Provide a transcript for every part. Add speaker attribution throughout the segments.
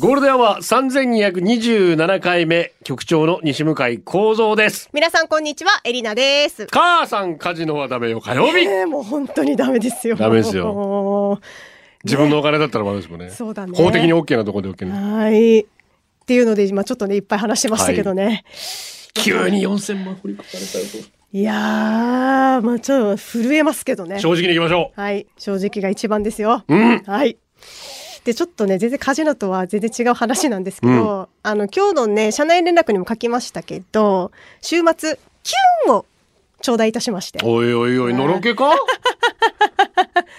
Speaker 1: ゴールデンは3227回目局長の西向井幸三です。
Speaker 2: 皆さんこんにちはエリナです。
Speaker 1: 母さんカジノはダメよ火曜日
Speaker 2: えー、もう本当にダメですよ。
Speaker 1: ダメです
Speaker 2: よ。
Speaker 1: 自分のお金だったらまだですもんね。
Speaker 2: そうだね
Speaker 1: 法的に OK なところで OK ね。
Speaker 2: はい。っていうので今ちょっとねいっぱい話してましたけどね。
Speaker 1: 急に4000万振り込まれたよ
Speaker 2: い、やーまあちょっと震えますけどね
Speaker 1: と。。正直に行きましょ
Speaker 2: はい正直が一番ですよ。
Speaker 1: う。うん。
Speaker 2: はい。でちょっとね全然カジノとは全然違う話なんですけど、
Speaker 1: う
Speaker 2: あの今日のね社内連絡にも書きましたけど週末キュンを頂戴いたしまして
Speaker 1: おいおいおい、のろけ か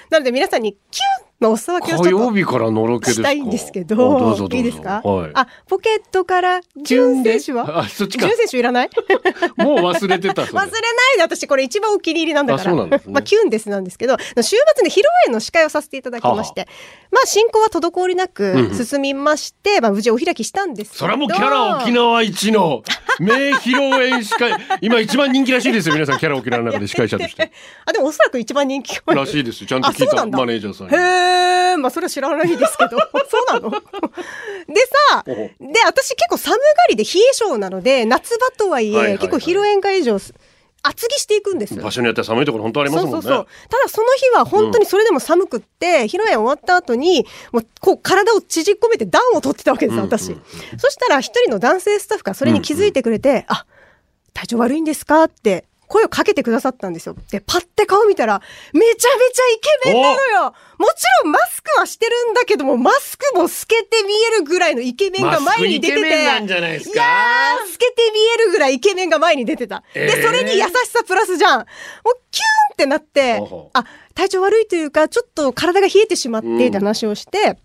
Speaker 2: なので皆さんにキュンのおす分けを
Speaker 1: 火
Speaker 2: ちょっと
Speaker 1: 曜日からのろけです
Speaker 2: し
Speaker 1: か
Speaker 2: たいんですけど、
Speaker 1: あどうぞどうぞ。
Speaker 2: いいですか、
Speaker 1: はい。
Speaker 2: あ、ポケットから、ジュン選手は
Speaker 1: あ、そっち
Speaker 2: ジ
Speaker 1: か
Speaker 2: ュン。選手いらない忘れ
Speaker 1: もう忘れてた。それ
Speaker 2: ないで、私これ一番お気に入りなんだから。
Speaker 1: あそうなんですね
Speaker 2: まあ、キュンですなんですけど、週末に披露宴の司会をさせていただきまして、まあ、進行は滞りな
Speaker 1: うんう
Speaker 2: く
Speaker 1: ん
Speaker 2: 進みまして、まあ、無事お開きしたんですけど。
Speaker 1: それはもうキャラ沖縄一 の名披露宴司会今一番人気らしいですよ皆さんキャラ沖縄の中で司会者として
Speaker 2: あ、でもおそらく一番人気
Speaker 1: らしいですよちゃんと聞い
Speaker 2: あそうな
Speaker 1: た
Speaker 2: んだ
Speaker 1: マネージャーさんに
Speaker 2: へえ、まあそれは知らない ですけど。そうなの でさ、
Speaker 1: おほ
Speaker 2: で、私結構寒がりで冷え性なので、夏場とはいえ、
Speaker 1: はいはいはい
Speaker 2: 結構披露宴会場、厚着していくんですよ
Speaker 1: 場。所によっては寒いところ本当あります
Speaker 2: そう
Speaker 1: も
Speaker 2: そ
Speaker 1: ん
Speaker 2: うそ
Speaker 1: ね。
Speaker 2: うただその日は本当にそれでも寒くって、披露宴終わった後に、もうこう体を縮こめて暖を取ってたわけです、私。
Speaker 1: うんうん
Speaker 2: そしたら一人の男性スタッフがそれに気づいてくれて、あ、体調悪いんですかって声をかけてくださったんですよ。で、パッて顔見たら、めちゃめちゃイケメンなのよもちろんマスクはしてるんだけども、マスクも透けて見えるぐらいのイケメンが前に出てて。
Speaker 1: マスクイケメンなんじゃないですか
Speaker 2: いやー、透けて見えるぐらいイケメンが前に出てた。
Speaker 1: え
Speaker 2: で、
Speaker 1: ー
Speaker 2: それに優しさプラスじゃん。もうキューンってなって
Speaker 1: ほうほう、
Speaker 2: あ、体調悪いというか、ちょっと体が冷えてしまって、って話をして、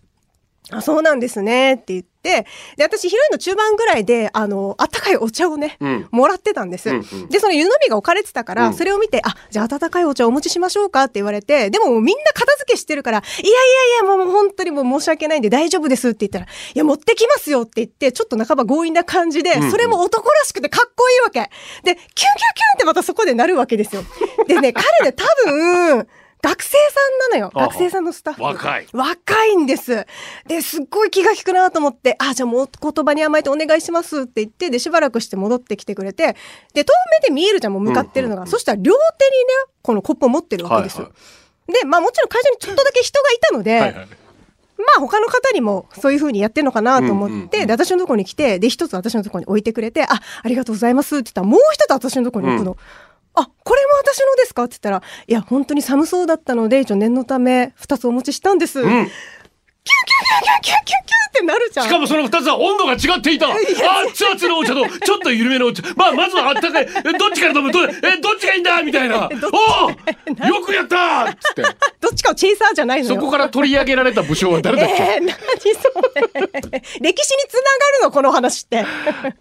Speaker 2: あ、そうなんですね、って言って、で、私、ヒロインの中盤ぐらいで、あの、あったかいお茶をね、
Speaker 1: うん
Speaker 2: もらってたんです。
Speaker 1: うんうん
Speaker 2: で、その湯飲みが置かれてたから、
Speaker 1: うん
Speaker 2: それを見て、あ、じゃあ温かいお茶お持ちしましょうかって言われて、でももうみんな片付けしてるから、いやいやいや、もうもう本当にもう申し訳ないんで大丈夫ですって言ったら、いや、持ってきますよって言って、ちょっと半ば強引な感じで、
Speaker 1: うんうん
Speaker 2: それも男らしくてかっこいいわけ。で、キュンキュンキュンってまたそこでなるわけですよ。でね、彼ね、多分、学生さんなのよ。
Speaker 1: あは
Speaker 2: 学生さんのスタッフ。
Speaker 1: 若い
Speaker 2: 若いんです。で、すっごい気が利くなと思って、あ、じゃあもうお言葉に甘えてお願いしますって言って、で、しばらくして戻ってきてくれて、で、遠目で見えるじゃん、もう向かってるのが。そしたら両手にね、このコップを持ってるわけですよ。
Speaker 1: は
Speaker 2: で、まあもちろん会場にちょっとだけ人がいたので、
Speaker 1: はいはい
Speaker 2: まあ他の方にもそういう風にやってるのかなと思って、
Speaker 1: うんうんうん
Speaker 2: で、私のとこに来て、で、一つ私のとこに置いてくれて、あ、ありがとうございますって言ったら、もう一つ私のとこに置くの。あ、これも私のですかって言ったら、いや、本当に寒そうだったので、一応念のため、二つお持ちしたんです。
Speaker 1: うん
Speaker 2: キュンキュンキュンキュンってなるじゃん。
Speaker 1: しかもその二つは温度が違っていた熱々のお茶とちょっと緩めのお茶まあまずはあったかいえどっちから飲むどえどっちがいいんだみたいなおおよくやったっつって
Speaker 2: どっちかをチェイサーじゃないのよ。
Speaker 1: そこから取り上げられた武将は誰だっけ
Speaker 2: えー、何それ。歴史につながるの、この話って。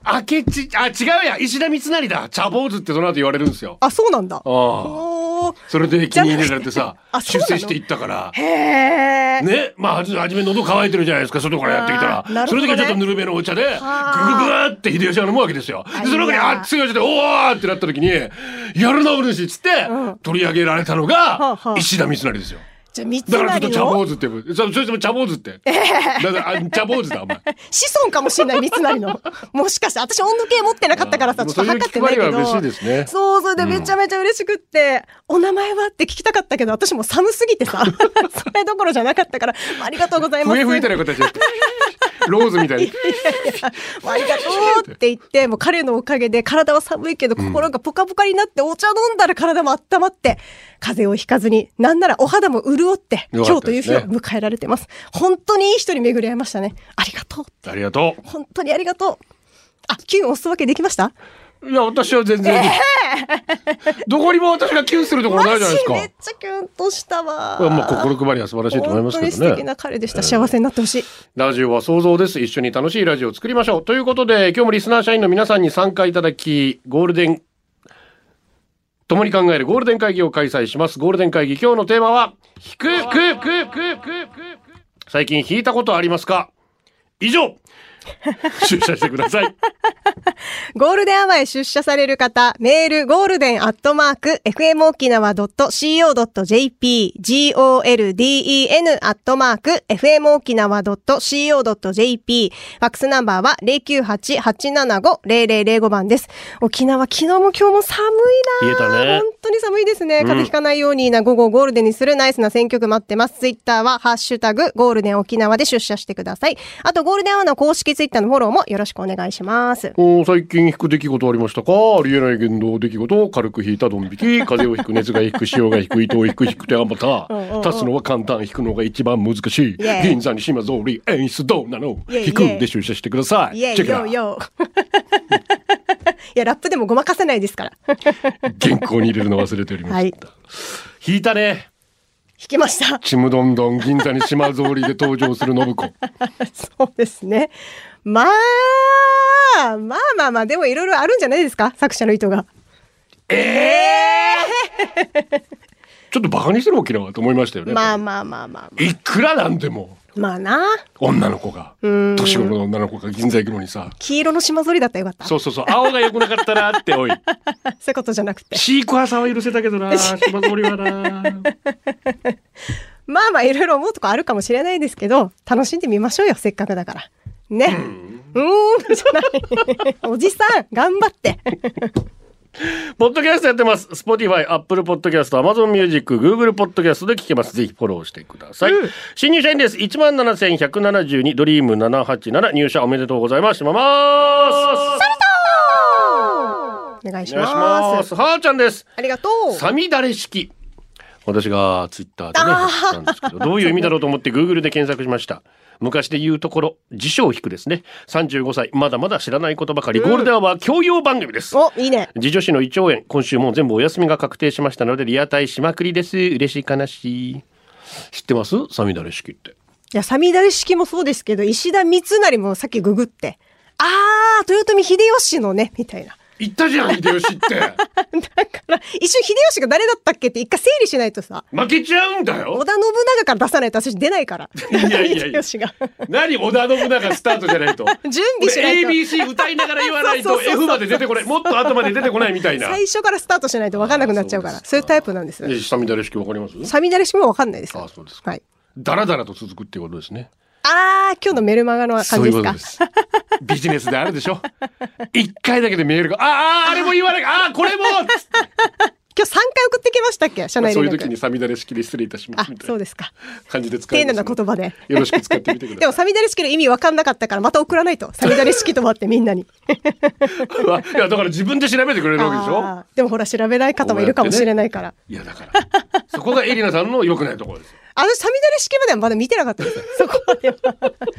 Speaker 1: 明智あ違うや石田三成だ茶坊主ってその後言われるんですよ
Speaker 2: あ、そうなんだ。
Speaker 1: ああ
Speaker 2: おー
Speaker 1: それで気に入れられてさ
Speaker 2: あそ
Speaker 1: 出
Speaker 2: うなの
Speaker 1: 世していったから
Speaker 2: へえ。
Speaker 1: ね、まあ、はじ初め喉乾いてるじゃないですか、外からやってきた
Speaker 2: あー
Speaker 1: ら。
Speaker 2: なる
Speaker 1: そ
Speaker 2: ほ
Speaker 1: の時
Speaker 2: どね
Speaker 1: はちょっとぬるめのお茶で、ぐぐぐーって秀吉は飲むわけですよ。
Speaker 2: あ
Speaker 1: で、その中に
Speaker 2: いや
Speaker 1: 熱いお茶で、おーってなった時に、やるな、お主っつって、
Speaker 2: うん
Speaker 1: 取り上げられたの
Speaker 2: はあ
Speaker 1: が
Speaker 2: は、あ
Speaker 1: 石田三成ですよ。
Speaker 2: じゃあ、三つ
Speaker 1: だからちょっと
Speaker 2: 成
Speaker 1: 茶坊
Speaker 2: の
Speaker 1: 主って呼ぶ。そそれとも茶坊主って。だから、あ茶坊主だ、お 前。
Speaker 2: 子孫かもしれない、三成の。もしかして、私温度計持ってなかったから
Speaker 1: あー
Speaker 2: さ、
Speaker 1: で
Speaker 2: ちょ
Speaker 1: も
Speaker 2: っと測ってないけ
Speaker 1: そういう気配りは
Speaker 2: ど。
Speaker 1: 嬉しいですね
Speaker 2: そう、それでめちゃめちゃ嬉しくって、お名前はって聞きたかったけど、私もう寒すぎてさ、それどころじゃなかったから、ありがとうございます。
Speaker 1: 笛吹いたような形で。ローズみたいに。
Speaker 2: ありがとうって言って、もう彼のおかげで体は寒いけど心がポカポカになって、お茶飲んだら体も温まって、風邪をひかずに、なんならお肌も潤って、
Speaker 1: よ
Speaker 2: 今
Speaker 1: かっ
Speaker 2: 日
Speaker 1: た
Speaker 2: とい
Speaker 1: で
Speaker 2: う
Speaker 1: す
Speaker 2: 日
Speaker 1: ね
Speaker 2: を迎えられてます。本当にいい人に巡り合いましたね。ありがとうって。
Speaker 1: ありがと
Speaker 2: 本当にありがとう。あ、キュン押すわけできました
Speaker 1: う。いや、私は全然。どこにも私がキュンするところないじゃないですか。
Speaker 2: マジめっちゃキュンとしたわ。
Speaker 1: これはもう心配りは素晴らしいと思いますけ
Speaker 2: 本
Speaker 1: ど
Speaker 2: 当に
Speaker 1: ね
Speaker 2: 素。敵な彼でした。幸せになってほしい。
Speaker 1: ラジオは想像です。一緒に楽しいラジオを作りましょう。ということで、今日もリスナー社員の皆さんに参加いただき、ゴールデン、共に考えるゴールデン会議を開催します。ゴールデン会議、今日のテーマは、引く、く、く、く、く、く。最近引いたことありますか以上出社してください。
Speaker 2: ゴールデンアワーへ出社される方、メール、ゴールデンアットマーク、fmokinawa.co.jp、golden アットマーク、fmokinawa.co.jp、ファックスナンバーは098-875-0005番です。沖縄、昨日も今日も寒い
Speaker 1: 冷
Speaker 2: な
Speaker 1: えたね
Speaker 2: 本当に寒いですね。風邪ひかないようにな午後をゴールデンにするナイスな選曲待ってます。ツイッターは、ハッシュタグ、ゴールデン沖縄で出社してください。あと、ゴールデンアワーの公式ツイッターのフォローもよろしくお願いします。
Speaker 1: お最近引く出来事ありましたかありえない言動出来事を軽く引いたドン引き風邪を引く熱が引く潮が引く糸を引く引く手はまた
Speaker 2: うんうんうん
Speaker 1: 立つのは簡単引くのが一番難しい
Speaker 2: イエイ
Speaker 1: 銀座に島ぞり演出どうなの
Speaker 2: イエイ
Speaker 1: 引くんで出社してください
Speaker 2: いや
Speaker 1: チェ
Speaker 2: い
Speaker 1: ック
Speaker 2: やい
Speaker 1: だ
Speaker 2: や。 いや、ラップでもごまかせないですから。
Speaker 1: 原稿に入れるの忘れておりました、
Speaker 2: はい
Speaker 1: 引いたね
Speaker 2: 弾きました。
Speaker 1: ちむどんどん銀座に島ぞりで登場する信子
Speaker 2: そうですね。まあ、まあまあまあ、でもいろいろあるんじゃないですか作者の意図が。
Speaker 1: ちょっとバカにしてる沖縄と思いましたよね、
Speaker 2: まあまあまあまあま
Speaker 1: いくらなんでも
Speaker 2: あ。まあな。
Speaker 1: 女の子が年頃の女の子が銀座行くのにさ
Speaker 2: 黄色の島ぞりだったらよかった。
Speaker 1: そうそうそう青が良くなかったなって おい
Speaker 2: そういうことじゃなくて。
Speaker 1: シークワーサーは許せたけどな、島森はな。
Speaker 2: まあまあ、いろいろ思うとこあるかもしれないですけど、楽しんでみましょうよ、せっかくだから。ね。うーん、じゃない。おじさん、 頑張って。
Speaker 1: ポッドキャストやってます。Spotify、Apple Podcast、Amazon Music、Google Podcast で聞けます。ぜひフォローしてください。新入社員です。17,172、ドリーム787、入社おめでとうございます。しまます。
Speaker 2: お願いし
Speaker 1: お願いしま。
Speaker 2: ますす。
Speaker 1: はーちゃんです。
Speaker 2: ありがとう。
Speaker 1: サミダレ式。私がツイッターでね、
Speaker 2: あー
Speaker 1: 知ったんですけど、どういう意味だろうと思って Google で検索しました。昔で言うところ、辞書を引くですね。35歳、まだまだ知らないことばかり、ゴールデンは教養番組です。
Speaker 2: お、いいね。
Speaker 1: 次女子の胃腸炎今週もう全部お休みが確定しましたのでリアタイしまくりです嬉しい悲しい知ってますサミダレ式って
Speaker 2: いや、サミダレ式もそうですけど、石田三成もさっきググって、あー、豊臣秀吉のね、みたいな。
Speaker 1: 言ったじゃん秀吉って
Speaker 2: だから、一瞬秀吉が誰だったっけって一回整理しないとさ、
Speaker 1: 負けちゃうんだよ
Speaker 2: 織田信長から出さないと私出ないから。
Speaker 1: いやいやい や
Speaker 2: 秀吉が。
Speaker 1: 何織田信長スタートじゃないと
Speaker 2: 準備しないと
Speaker 1: 俺 ABC 歌いながら言わない
Speaker 2: そ
Speaker 1: と
Speaker 2: うそうそうそう
Speaker 1: F まで出てこないもっと後まで出てこないみたいな
Speaker 2: 最初からスタートしないと分かんなくなっちゃうか
Speaker 1: あー
Speaker 2: ら、
Speaker 1: そうですか
Speaker 2: そういうタイプなんです。
Speaker 1: えサミダレ式わかります
Speaker 2: サミダレ式も分かんないです。
Speaker 1: あーそうですか
Speaker 2: はい。
Speaker 1: ダラダラと続くっていうことですね
Speaker 2: あー、今日のメルマガの感じですか。
Speaker 1: そういうことです。ビジネスであるでしょ。一回だけで見えるが、ああ、あれも言 わない、ああ、これも。
Speaker 2: 今日3回送ってきましたっけ社内
Speaker 1: そう
Speaker 2: 連
Speaker 1: いう
Speaker 2: 絡。
Speaker 1: 時にサミダレ式で失礼いたしま
Speaker 2: あ
Speaker 1: すみ、た
Speaker 2: そ
Speaker 1: いうな
Speaker 2: ですか。
Speaker 1: 感じで使い
Speaker 2: 丁
Speaker 1: ま
Speaker 2: 寧
Speaker 1: すの
Speaker 2: な
Speaker 1: で
Speaker 2: 言葉で。
Speaker 1: よろしく使ってみてく
Speaker 2: で
Speaker 1: だ
Speaker 2: も、
Speaker 1: さ
Speaker 2: サミダレ式の意味分かんなかったから、また送らないと。サミダレ式と思ってみんなに。
Speaker 1: い。うわいやだから自分で調べてくれるわけでし
Speaker 2: あ
Speaker 1: ょ。
Speaker 2: ーでもほら、調べない方もいるかもしれないから。
Speaker 1: いやだからそこがエリナさんの良くないところです。
Speaker 2: あの、サミダレ式まではまだ見てなかった ですよ。そこまでは。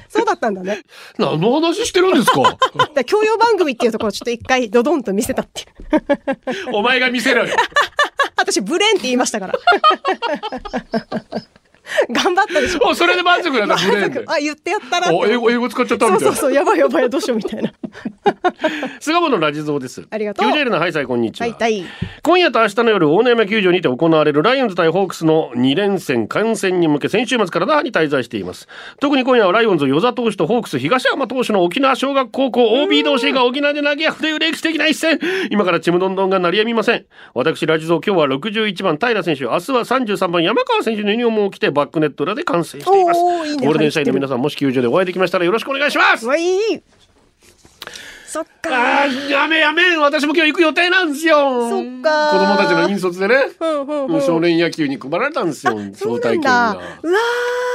Speaker 2: そうだったんだね。
Speaker 1: 何の話してるんです か。
Speaker 2: だから教養番組っていうところをちょっと一回ドドンと見せたっていう。
Speaker 1: お前が見せろよ。
Speaker 2: 私、ブレンって言いましたから。 頑張ったでしょ。
Speaker 1: おそれで満足なんだブレーンで。
Speaker 2: あ、言ってやったなって。
Speaker 1: お英語英語使っちゃった
Speaker 2: そ
Speaker 1: み
Speaker 2: う
Speaker 1: たい
Speaker 2: そう
Speaker 1: な。
Speaker 2: そう、やばいやばい、どうしようみたい な。
Speaker 1: 菅本ラジゾーです。
Speaker 2: ありがとう
Speaker 1: キュージェルのハイサイこんにちは。
Speaker 2: 大体。
Speaker 1: 今夜と明日の夜、大野山球場にて行われるライオンズ対ホークスの2連戦観戦に向け、先週末から那覇に滞在しています。特に今夜はライオンズ、与座投手とホークス、東山投手の沖縄小学高校 OB 同士が沖縄で投げ合うという歴史的な一戦。今からちむどんどんが鳴りやみません。私、ラジゾー、今日は61番平選手、明日は33番山川選手のユニフォームを着てバックネット裏で観戦しています。
Speaker 2: おーいいね
Speaker 1: ゴールデン社員の皆さん、もし球場でお会いできましたらよろしくお願いします
Speaker 2: う。わ、いい。そっか。
Speaker 1: あーやめやめ私も今日行く予定なんですよ
Speaker 2: そっか
Speaker 1: 子供たちの引率でね
Speaker 2: うんうんうん
Speaker 1: 少年野球に配られたんですよ
Speaker 2: そ
Speaker 1: 招待
Speaker 2: うなん
Speaker 1: 券が
Speaker 2: だ。うわ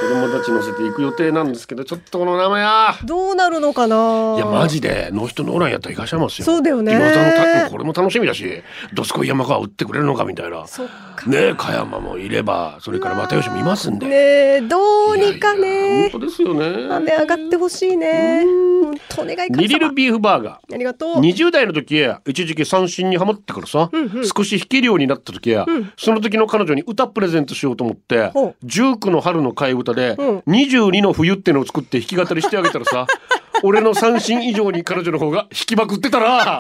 Speaker 1: 子供たち乗せて行く予定なんですけどちょっとこの名前は
Speaker 2: ーどうなるのかない
Speaker 1: いやマジでノーヒットノーランやったらいらっしゃいますよ
Speaker 2: そうだよね
Speaker 1: 今田のたこれも楽しみだしどすこい山川打ってくれるのかみたいな
Speaker 2: そっか
Speaker 1: ねえ加山もいればそれから又吉もいますんで
Speaker 2: ねえどうにか
Speaker 1: いやいや
Speaker 2: ね
Speaker 1: 本当ですよね
Speaker 2: 雨上がってほしいね本当お願い神様
Speaker 1: リリルビーフバーガー
Speaker 2: ありがとう
Speaker 1: 20代の時や一時期三振にハマったからさ、少し弾けるようになった時や、その時の彼女に歌プレゼントしようと思って
Speaker 2: ほう
Speaker 1: 19の春の替え歌で、
Speaker 2: うん
Speaker 1: 22の冬ってのを作って弾き語りしてあげたら さ俺の三振以上に彼女の方が弾きまくってたらいや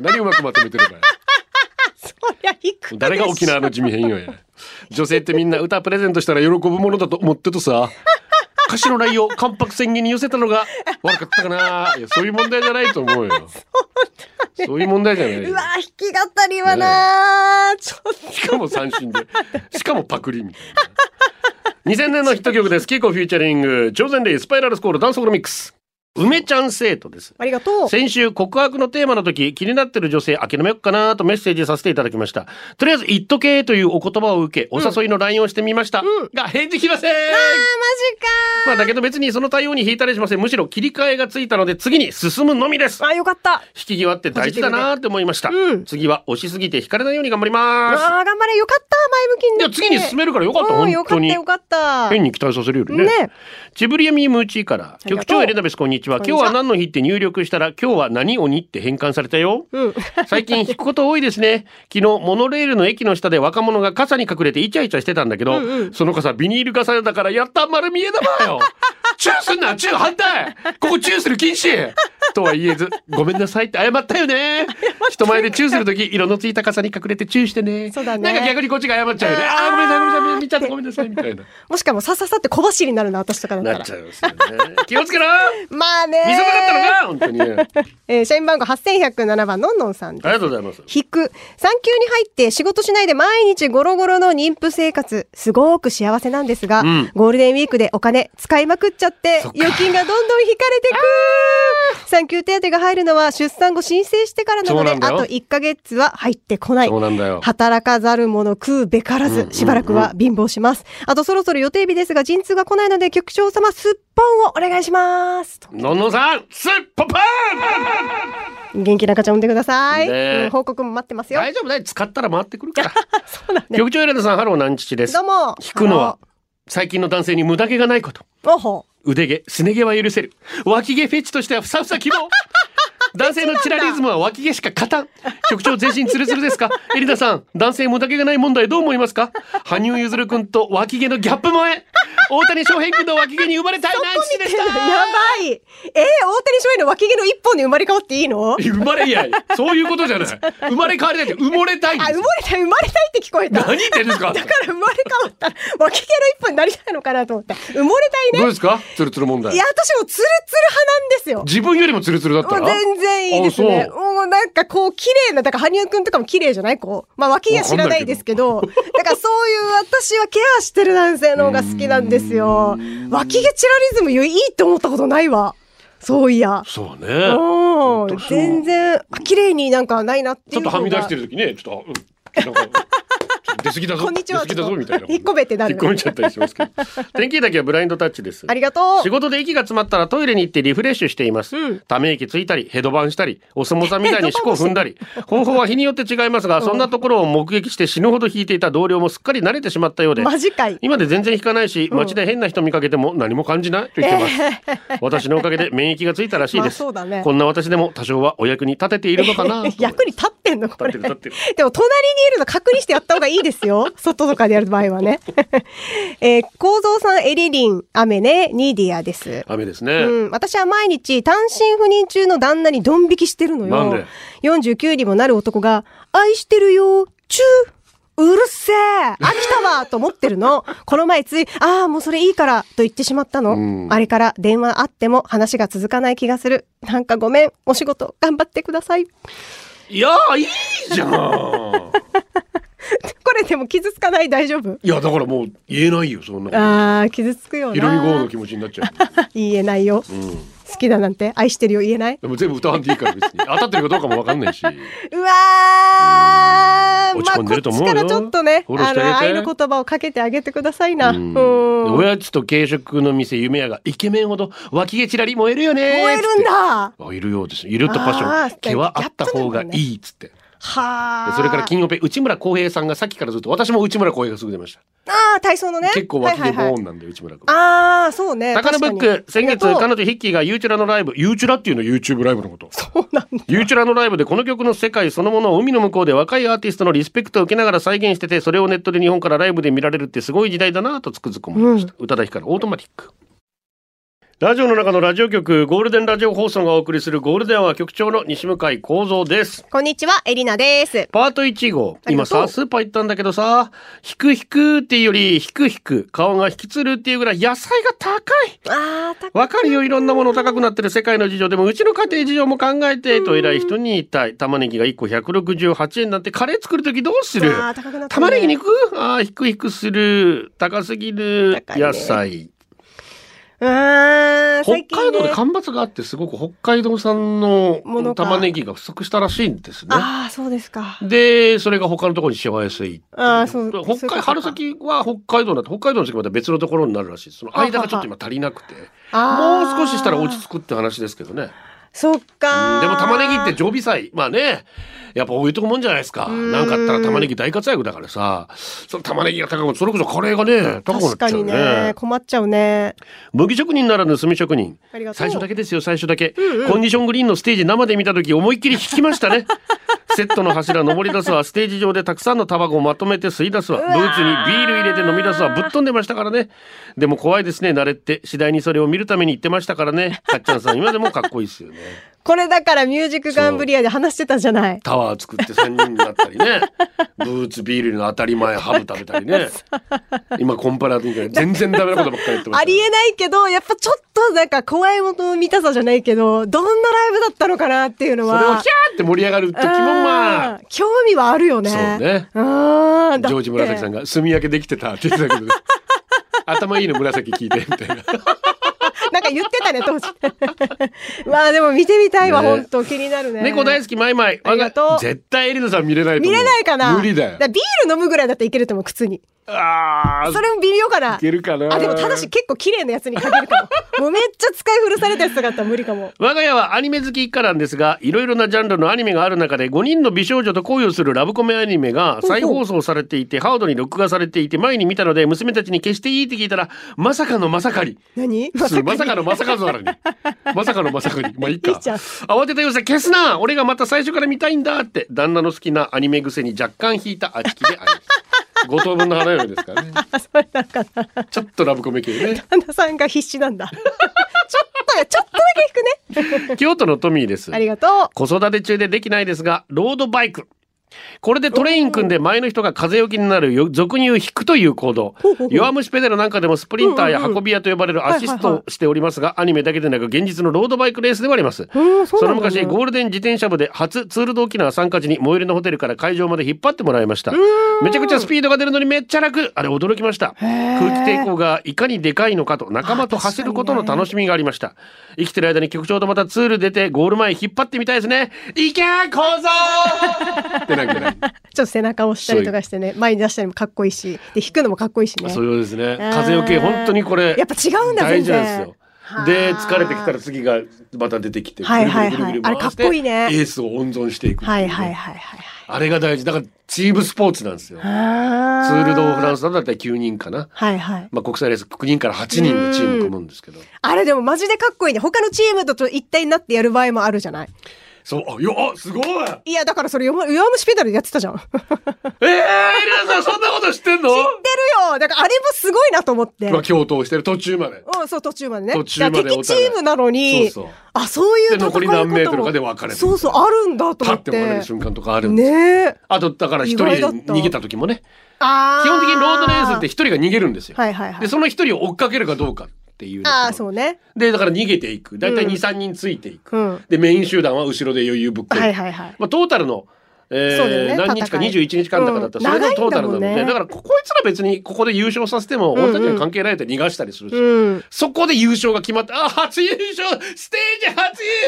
Speaker 1: 何うまくまとめてるかよ
Speaker 2: やいくらで
Speaker 1: 誰
Speaker 2: しょう
Speaker 1: が沖縄の地味変よや女性ってみんな歌プレゼントしたら喜ぶものだと思ってとさ歌詞の内容関白宣言に寄せたのが悪かったかないやそういう問題じゃないと思うよそういう問題じゃないう
Speaker 2: わ弾き語りはなあちょっと
Speaker 1: しかも三振でしかもパクリみたいな2000年のヒット曲ですキーコフィーチャリング超前例スパイラルスコールダンスホールミックス梅ちゃん生徒です
Speaker 2: ありがとう
Speaker 1: 先週告白のテーマの時気になってる女性諦めよっかなとメッセージさせていただきましたとりあえず「言っとけ」というお言葉を受けお誘いの LINE をしてみました、が返事きません
Speaker 2: あ
Speaker 1: まあだけど別にその対応に引いたりしませんむしろ切り替えがついたので次に進むのみです
Speaker 2: マジかあよかった
Speaker 1: 引き際って大事だなって思いました、
Speaker 2: うん
Speaker 1: 次は押しすぎて引かれないように頑張ります
Speaker 2: あー頑張れよかった前向きに
Speaker 1: い
Speaker 2: な
Speaker 1: や
Speaker 2: って
Speaker 1: 次に進めるからよかった
Speaker 2: うん
Speaker 1: 本当に
Speaker 2: よかったよかった
Speaker 1: 変に期待させるよりね
Speaker 2: ね
Speaker 1: ジブリアミームーチーから
Speaker 2: りが
Speaker 1: 局
Speaker 2: とう
Speaker 1: 長エレナベスこんにちは
Speaker 2: こんにち
Speaker 1: 今
Speaker 2: は
Speaker 1: 日は何の日って入力したら今日は何鬼って変換されたよ
Speaker 2: うん
Speaker 1: 最近引くこと多いですね昨日モノレールの駅の下で若者が傘に隠れてイチャイチャしてたんだけど、その傘ビニール傘だからやったん丸見えだわ よチューすんなチュー反対ここチューする禁止とは言えずごめんなさいって謝ったよね人前でチューするとき色のついた傘に隠れてチューしてね
Speaker 2: そうだね
Speaker 1: なんか逆にこっちが謝っちゃうよねあーごめんなさいごめんなさい見ちゃったごめんなさいみたいな
Speaker 2: もしかもさささって小走りになるな私とかだった
Speaker 1: な
Speaker 2: ら
Speaker 1: っちゃいますよね気をつけろ
Speaker 2: まあね
Speaker 1: 見せなかったのか本当にねあり
Speaker 2: えー社員番号8107番のんのんさんです
Speaker 1: がとうございます
Speaker 2: 引く産休に入って仕事しないで毎日ゴロゴロの妊婦生活すごく幸せなんですが、
Speaker 1: うん
Speaker 2: ゴールデンウィークでお金使いまくっちゃって預金がどんどん引かれてく産休手当が入るのは出産後申請してからなので
Speaker 1: そうなんだ
Speaker 2: あ
Speaker 1: よ
Speaker 2: と1ヶ月は入ってこない
Speaker 1: そうなんだよ
Speaker 2: 働かざる者食うべからず、しばらくは貧乏します。あとそろそろ予定日ですが、陣痛が来ないので、局長様、すっぽんをお願いします。と
Speaker 1: のんのんさんスッポパン
Speaker 2: 元気な赤ちゃん産んでください。
Speaker 1: ねえ
Speaker 2: うん報告も待ってますよ。
Speaker 1: 大丈夫だよ使ったら回ってくるから、
Speaker 2: そうなんだ
Speaker 1: 局長エレナさんハローナンチチです
Speaker 2: どうも。
Speaker 1: 引くのは最近の男性に無駄毛がないこと
Speaker 2: あの。おほ。
Speaker 1: 腕毛すね毛は許せる脇毛フェチとしてはふさふさ希 望男性のチラリズムは脇毛しか勝たん局長全身ツルツルですかエリナさん男性無駄毛がない問題どう思いますか羽生結弦君と脇毛のギャップ萌え大谷翔平君の脇毛に生まれ たいナンチチでし
Speaker 2: やば
Speaker 1: た
Speaker 2: い。えー、大谷翔平の脇毛の一本に生まれ変わってい いの
Speaker 1: いや生まれいやいやそういうことじゃない生まれ変わりたいって埋もれたいんで
Speaker 2: あ、
Speaker 1: す
Speaker 2: 生
Speaker 1: よ
Speaker 2: まれた、生まれたいって聞こえた。
Speaker 1: 何言ってんですか
Speaker 2: だから生まれ変わったら脇毛の一本になりたいのかなと思った。埋もれたい
Speaker 1: どう
Speaker 2: ね。
Speaker 1: ですかツルツル問題
Speaker 2: いや、私もツルツル派なんですよ。
Speaker 1: 自分よりもツルツルだった
Speaker 2: もう
Speaker 1: ら
Speaker 2: 全然いいですね
Speaker 1: あ。そ
Speaker 2: もうなんかこう綺麗な、だから羽生くんとかも綺麗じゃないこう。まあ脇が知らないです けど、だからそういう私はケアしてる男性の方が好きなんですよ。脇毛チラリズムいいって思ったことないわ。そういや。
Speaker 1: そうね
Speaker 2: うん
Speaker 1: 当そう
Speaker 2: 全然、あ綺麗になんかないなって
Speaker 1: ち
Speaker 2: い
Speaker 1: ょ
Speaker 2: う
Speaker 1: っ
Speaker 2: の
Speaker 1: と
Speaker 2: が。
Speaker 1: はみ出してる時ねちょっとうんなんかちょっと出過ぎだぞ
Speaker 2: こんにちは
Speaker 1: 出過ぎだぞみたいな
Speaker 2: 引っ込めてなる
Speaker 1: 引っ込めちゃったりしますけど天気だけはブラインドタッチです
Speaker 2: ありがと
Speaker 1: 仕
Speaker 2: う。
Speaker 1: 事で息が詰まったらトイレに行ってリフレッシュしています、ため息ついたりヘドバンしたりお相撲さんみたいに四股を踏ん だり方法は日によって違いますがそんなところを目撃して死ぬほど引いていた同僚もすっかり慣れてしまったようで
Speaker 2: マジかい。
Speaker 1: 今で全然引かないし街で変な人見かけても何も感じないと言ってます、私のおかげで免疫がついたらしいです、
Speaker 2: まあそうだね
Speaker 1: こんな私でも多少はお役に立てているのか な
Speaker 2: 役に立ってんの これ。で
Speaker 1: 立っ
Speaker 2: も
Speaker 1: てる立ってる
Speaker 2: 隣にいるの確認してやった方がいいで すよ。外とかでやる場合はね。 えー、構造さん、エリリン、雨ね、ニーディアです。
Speaker 1: 雨ですね、
Speaker 2: うん、私は毎日単身赴任中の旦那にドン引きしてるのよ。
Speaker 1: なんで
Speaker 2: ?49 にもなる男が、愛してるよ、チューうるせえ飽きたわと思ってるの。 この前つい、ああ、もうそれいいからと言ってしまったの。あれから電話あっても話が続かない気がする。なんかごめん。お仕事頑張ってください。
Speaker 1: いやーいいじゃん
Speaker 2: これでも傷つかない大丈夫
Speaker 1: いやだからもう言えないよそんな
Speaker 2: あー傷つくよな
Speaker 1: ヒロミ号の気持ちになっちゃう
Speaker 2: 言えないよ、好きだなんて愛してるよ言えない
Speaker 1: でも全部歌わんでいいから別に当たってるかどうかもわかんないし
Speaker 2: うわー
Speaker 1: 落ち込んでると思うよ
Speaker 2: まあ、こっちからちょっとね
Speaker 1: フォロー
Speaker 2: あ
Speaker 1: してあげて
Speaker 2: の愛の言葉をかけてあげてくださいなうん
Speaker 1: でおやつと軽食の店夢屋がイケメンほど脇毛チラリ燃えるよね
Speaker 2: 燃えるんだは
Speaker 1: あいるようです。いるとパッシ
Speaker 2: あ
Speaker 1: ョン
Speaker 2: ー。
Speaker 1: 毛はあった方がいいっつって。で
Speaker 2: あ
Speaker 1: それから金曜日内村航平さんがさっきからずっと私も内村航平がすぐ出ました。
Speaker 2: あー体操のね
Speaker 1: 結構脇毛ボ
Speaker 2: はいは
Speaker 1: ー
Speaker 2: いはい
Speaker 1: ンなんで内村君。
Speaker 2: ああそうね
Speaker 1: タカノブッ
Speaker 2: 確か
Speaker 1: ク
Speaker 2: に
Speaker 1: 先月
Speaker 2: ありがとう
Speaker 1: 彼女ヒッキーがユーチュラのライブユーチュラっていうの YouTube ライブのこと。
Speaker 2: そうなんだ
Speaker 1: ユーチュラのライブでこの曲の世界そのものを海の向こうで若いアーティストのリスペクトを受けながら再現しててそれをネットで日本からライブで見られるってすごい時代だなとつくづく思いました、宇多田ヒカルオートマティックラジオの中のラジオ局ゴールデンラジオ放送がお送りするゴールデンは局長の西向井光三です
Speaker 2: こんにちは、エリナです。
Speaker 1: パート1号
Speaker 2: あり
Speaker 1: 今
Speaker 2: がとう
Speaker 1: さスーパー行ったんだけどさひくひくっていうよりひくひく顔が引きつるっていうぐらい野菜が高い
Speaker 2: あー、た
Speaker 1: わかるよいろんなもの高くなってる世界の事情でもうちの家庭事情も考えてと偉い人に言いたい玉ねぎが1個168円なんてカレー作る時どうする
Speaker 2: あー高くなったね
Speaker 1: 玉ねぎ肉あーひくひくする高すぎる
Speaker 2: 高いね
Speaker 1: 野菜、
Speaker 2: うーん、
Speaker 1: 北海
Speaker 2: 最近、ね、
Speaker 1: 道で干ばつがあってすごく北海道産の
Speaker 2: ものか
Speaker 1: 玉ねぎが不足したらしいんですね
Speaker 2: ああ、そうですか。
Speaker 1: でそれが他のところにしわやすい
Speaker 2: ああ、そう。
Speaker 1: 北海春先は北海道だと北海道の時また別のところになるらしいですその間がちょっと今足りなくてもう少ししたら落ち
Speaker 2: く。
Speaker 1: 着くって話ですけどね
Speaker 2: そっか
Speaker 1: うん
Speaker 2: ー。
Speaker 1: でも玉ねぎって常備菜まあねやっぱ置いとくもんじゃないですか
Speaker 2: ん
Speaker 1: なんかあったら玉ねぎ大活躍だからさその玉ねぎが高くそれこそカレーがね高
Speaker 2: 確
Speaker 1: くなっ
Speaker 2: か
Speaker 1: ちゃう
Speaker 2: に
Speaker 1: ね
Speaker 2: ね、困っちゃうね。
Speaker 1: 麦職人ならぬ炭職人
Speaker 2: ありがとう
Speaker 1: 最初だけですよ最初だけ、コンディショングリーンのステージ生で見た時思いっきり引きました ねセットの柱登り出すわステージ上でたくさんのタバコをまとめて吸い出すわブーツにビール入れて飲み出すわぶっ飛んでましたからねでも怖いですね慣れって次第にそれを見るために行ってましたからねかっちゃんさん今でもかっこいいですよね
Speaker 2: これだからミュージックガンブリアで話してたじゃない。
Speaker 1: タワー作って3人になったりねブーツビールの当たり前ハブ食べたりね今コンパラートみたいな全然ダメなことばっかり言ってました
Speaker 2: ありえないけど、やっぱちょっとなんか怖いもの見たさじゃないけど、どんなライブだったのかなっていうの
Speaker 1: それを
Speaker 2: は。
Speaker 1: キャーって盛り上がる時もま
Speaker 2: う
Speaker 1: あ
Speaker 2: ん興味はあるよね。
Speaker 1: そうね
Speaker 2: うん。
Speaker 1: ジョージ紫さん
Speaker 2: が。
Speaker 1: が「炭焼けできてた」って言ってたけど、ね、頭いいの紫聞いてみたいな
Speaker 2: なんか言ってたね、当時。 まあでも見てみたいわ、
Speaker 1: ね
Speaker 2: 本当気になるね。
Speaker 1: 猫大好きマイマイ
Speaker 2: ありがとう
Speaker 1: 絶対エリナさん見れないと
Speaker 2: 見
Speaker 1: 思う
Speaker 2: れないかな
Speaker 1: 無理だよ
Speaker 2: からビール飲むぐらいだったらいけると思う、靴に。
Speaker 1: ああ。
Speaker 2: それも微妙かない
Speaker 1: けるかな
Speaker 2: あ、でもただし結構綺麗なやつに限るかも。もうめっちゃ使い古されたやつとかあったら無理かも。
Speaker 1: 我が家はアニメ好き一家なんですがいろいろなジャンルのアニメがある中で5人の美少女と恋をするラブコメアニメが再放送されていてハードに録画されていて前に見たので娘たちに消していいって聞いたらまさかのまさかに
Speaker 2: 何
Speaker 1: 普通まさかのまさかなの にまさかのまさかにまあいいか
Speaker 2: いいじゃん
Speaker 1: 慌てた様子で消すな俺がまた最初から見たいんだって旦那の好きなアニメ癖に若干引いたあちきであります五等分の花嫁ですからね
Speaker 2: あ、それなんかな。
Speaker 1: ちょっとラブコメ系ね
Speaker 2: 旦那さんが必死なんだ。 ちょっとや、ちょっとだけ引くね。
Speaker 1: 京都のトミーです
Speaker 2: ありがと
Speaker 1: 子育て中でできないですがロードバイクこれでトレイン組んで前の人が風邪よきになるよ俗に言う引くという行動
Speaker 2: ほうほうほう
Speaker 1: 弱虫ペダルなんかでもスプリンターや運び屋と呼ばれるアシス
Speaker 2: はいはいは
Speaker 1: トをしておりますがアニメだけでなく現実のロードバイクレースでもあります
Speaker 2: うんそう
Speaker 1: そ
Speaker 2: な
Speaker 1: の
Speaker 2: んだね
Speaker 1: 昔ゴールデン自転車部で初ツールド沖縄参加時に最寄りのホテルから会場まで引っ張ってもらいましためちゃくちゃスピードが出るのにめっちゃ楽あれ驚きました空気抵抗がいかにでかいのかと仲間と走ることの楽しみがありました生きてる間に局長とまたツール出てゴール前引っ張ってみたいですねいけー小僧ってなんかね
Speaker 2: う。ちょっと背中を押したりとかしてね、前に出したりもかっこいいし、で、引くのもかっこいいしね。
Speaker 1: そういうこと ですね
Speaker 2: ー
Speaker 1: 風よけ本当にこれ
Speaker 2: やっぱ違うんだ
Speaker 1: 大
Speaker 2: 全
Speaker 1: 事
Speaker 2: 然
Speaker 1: なんですよで疲れてきたら次がまた出てきて
Speaker 2: はいはいは
Speaker 1: ぐ
Speaker 2: い
Speaker 1: るぐるぐるぐる回して
Speaker 2: あれかっこいいね
Speaker 1: エースを温存していくってうね
Speaker 2: はいはいはいはい。
Speaker 1: あれが大事だからチームスポーツなんですよツ
Speaker 2: あ
Speaker 1: ール・ド・フラン
Speaker 2: ス。
Speaker 1: スだったら9人かな、
Speaker 2: はいはい。
Speaker 1: まあ、国際レース9人から8人でチーム組むんですけど
Speaker 2: あれでもマジでかっこいいね。他のチームとと一体になってやる場合もあるじゃない。
Speaker 1: そうあよあすごい
Speaker 2: いや、だからそれ弱弱虫ペダルでやってたじゃん。 知ってる
Speaker 1: ええー、皆さんそんなこと知ってんの
Speaker 2: よだからあれもすごいなと思って。
Speaker 1: まあ共闘してる途中まで
Speaker 2: うん、そう、途中までね。
Speaker 1: 途中まで
Speaker 2: だから
Speaker 1: お
Speaker 2: 敵チ
Speaker 1: 互い
Speaker 2: ームなのに、
Speaker 1: そうそう
Speaker 2: あ、そういう
Speaker 1: で残り何メートルかで分かれる
Speaker 2: そうそう、あるんだと
Speaker 1: パ
Speaker 2: 思
Speaker 1: ッ
Speaker 2: って
Speaker 1: て。分かれる瞬間とかあるんですよ
Speaker 2: ねえ。
Speaker 1: あとだから一人で
Speaker 2: 意外だった
Speaker 1: 逃げた時もね
Speaker 2: あ
Speaker 1: 基本的にロードレースって一
Speaker 2: 人。
Speaker 1: 人が逃げるんですよ、
Speaker 2: はいはいはい
Speaker 1: でその一人を追っかけるかどうかっていうのと
Speaker 2: ああ、そうね。
Speaker 1: でだから逃げていく大体
Speaker 2: うん
Speaker 1: 23人ついていく、
Speaker 2: うん
Speaker 1: でメイン集団は後ろで余裕ぶっこいて
Speaker 2: はいはいはい。
Speaker 1: まあ、トータルの、え
Speaker 2: そうだよ
Speaker 1: ー
Speaker 2: ね
Speaker 1: 何日か
Speaker 2: 戦い
Speaker 1: 21日間だかだったら、
Speaker 2: う
Speaker 1: そ
Speaker 2: ん
Speaker 1: れがトータルなので、
Speaker 2: 長いんだもん
Speaker 1: だ
Speaker 2: ね
Speaker 1: からここいつら別にここで優勝させても、
Speaker 2: んうん
Speaker 1: 俺たちには関係ないって逃がしたりするし、
Speaker 2: うん。
Speaker 1: そこで優勝が決まってあ初優勝ステージ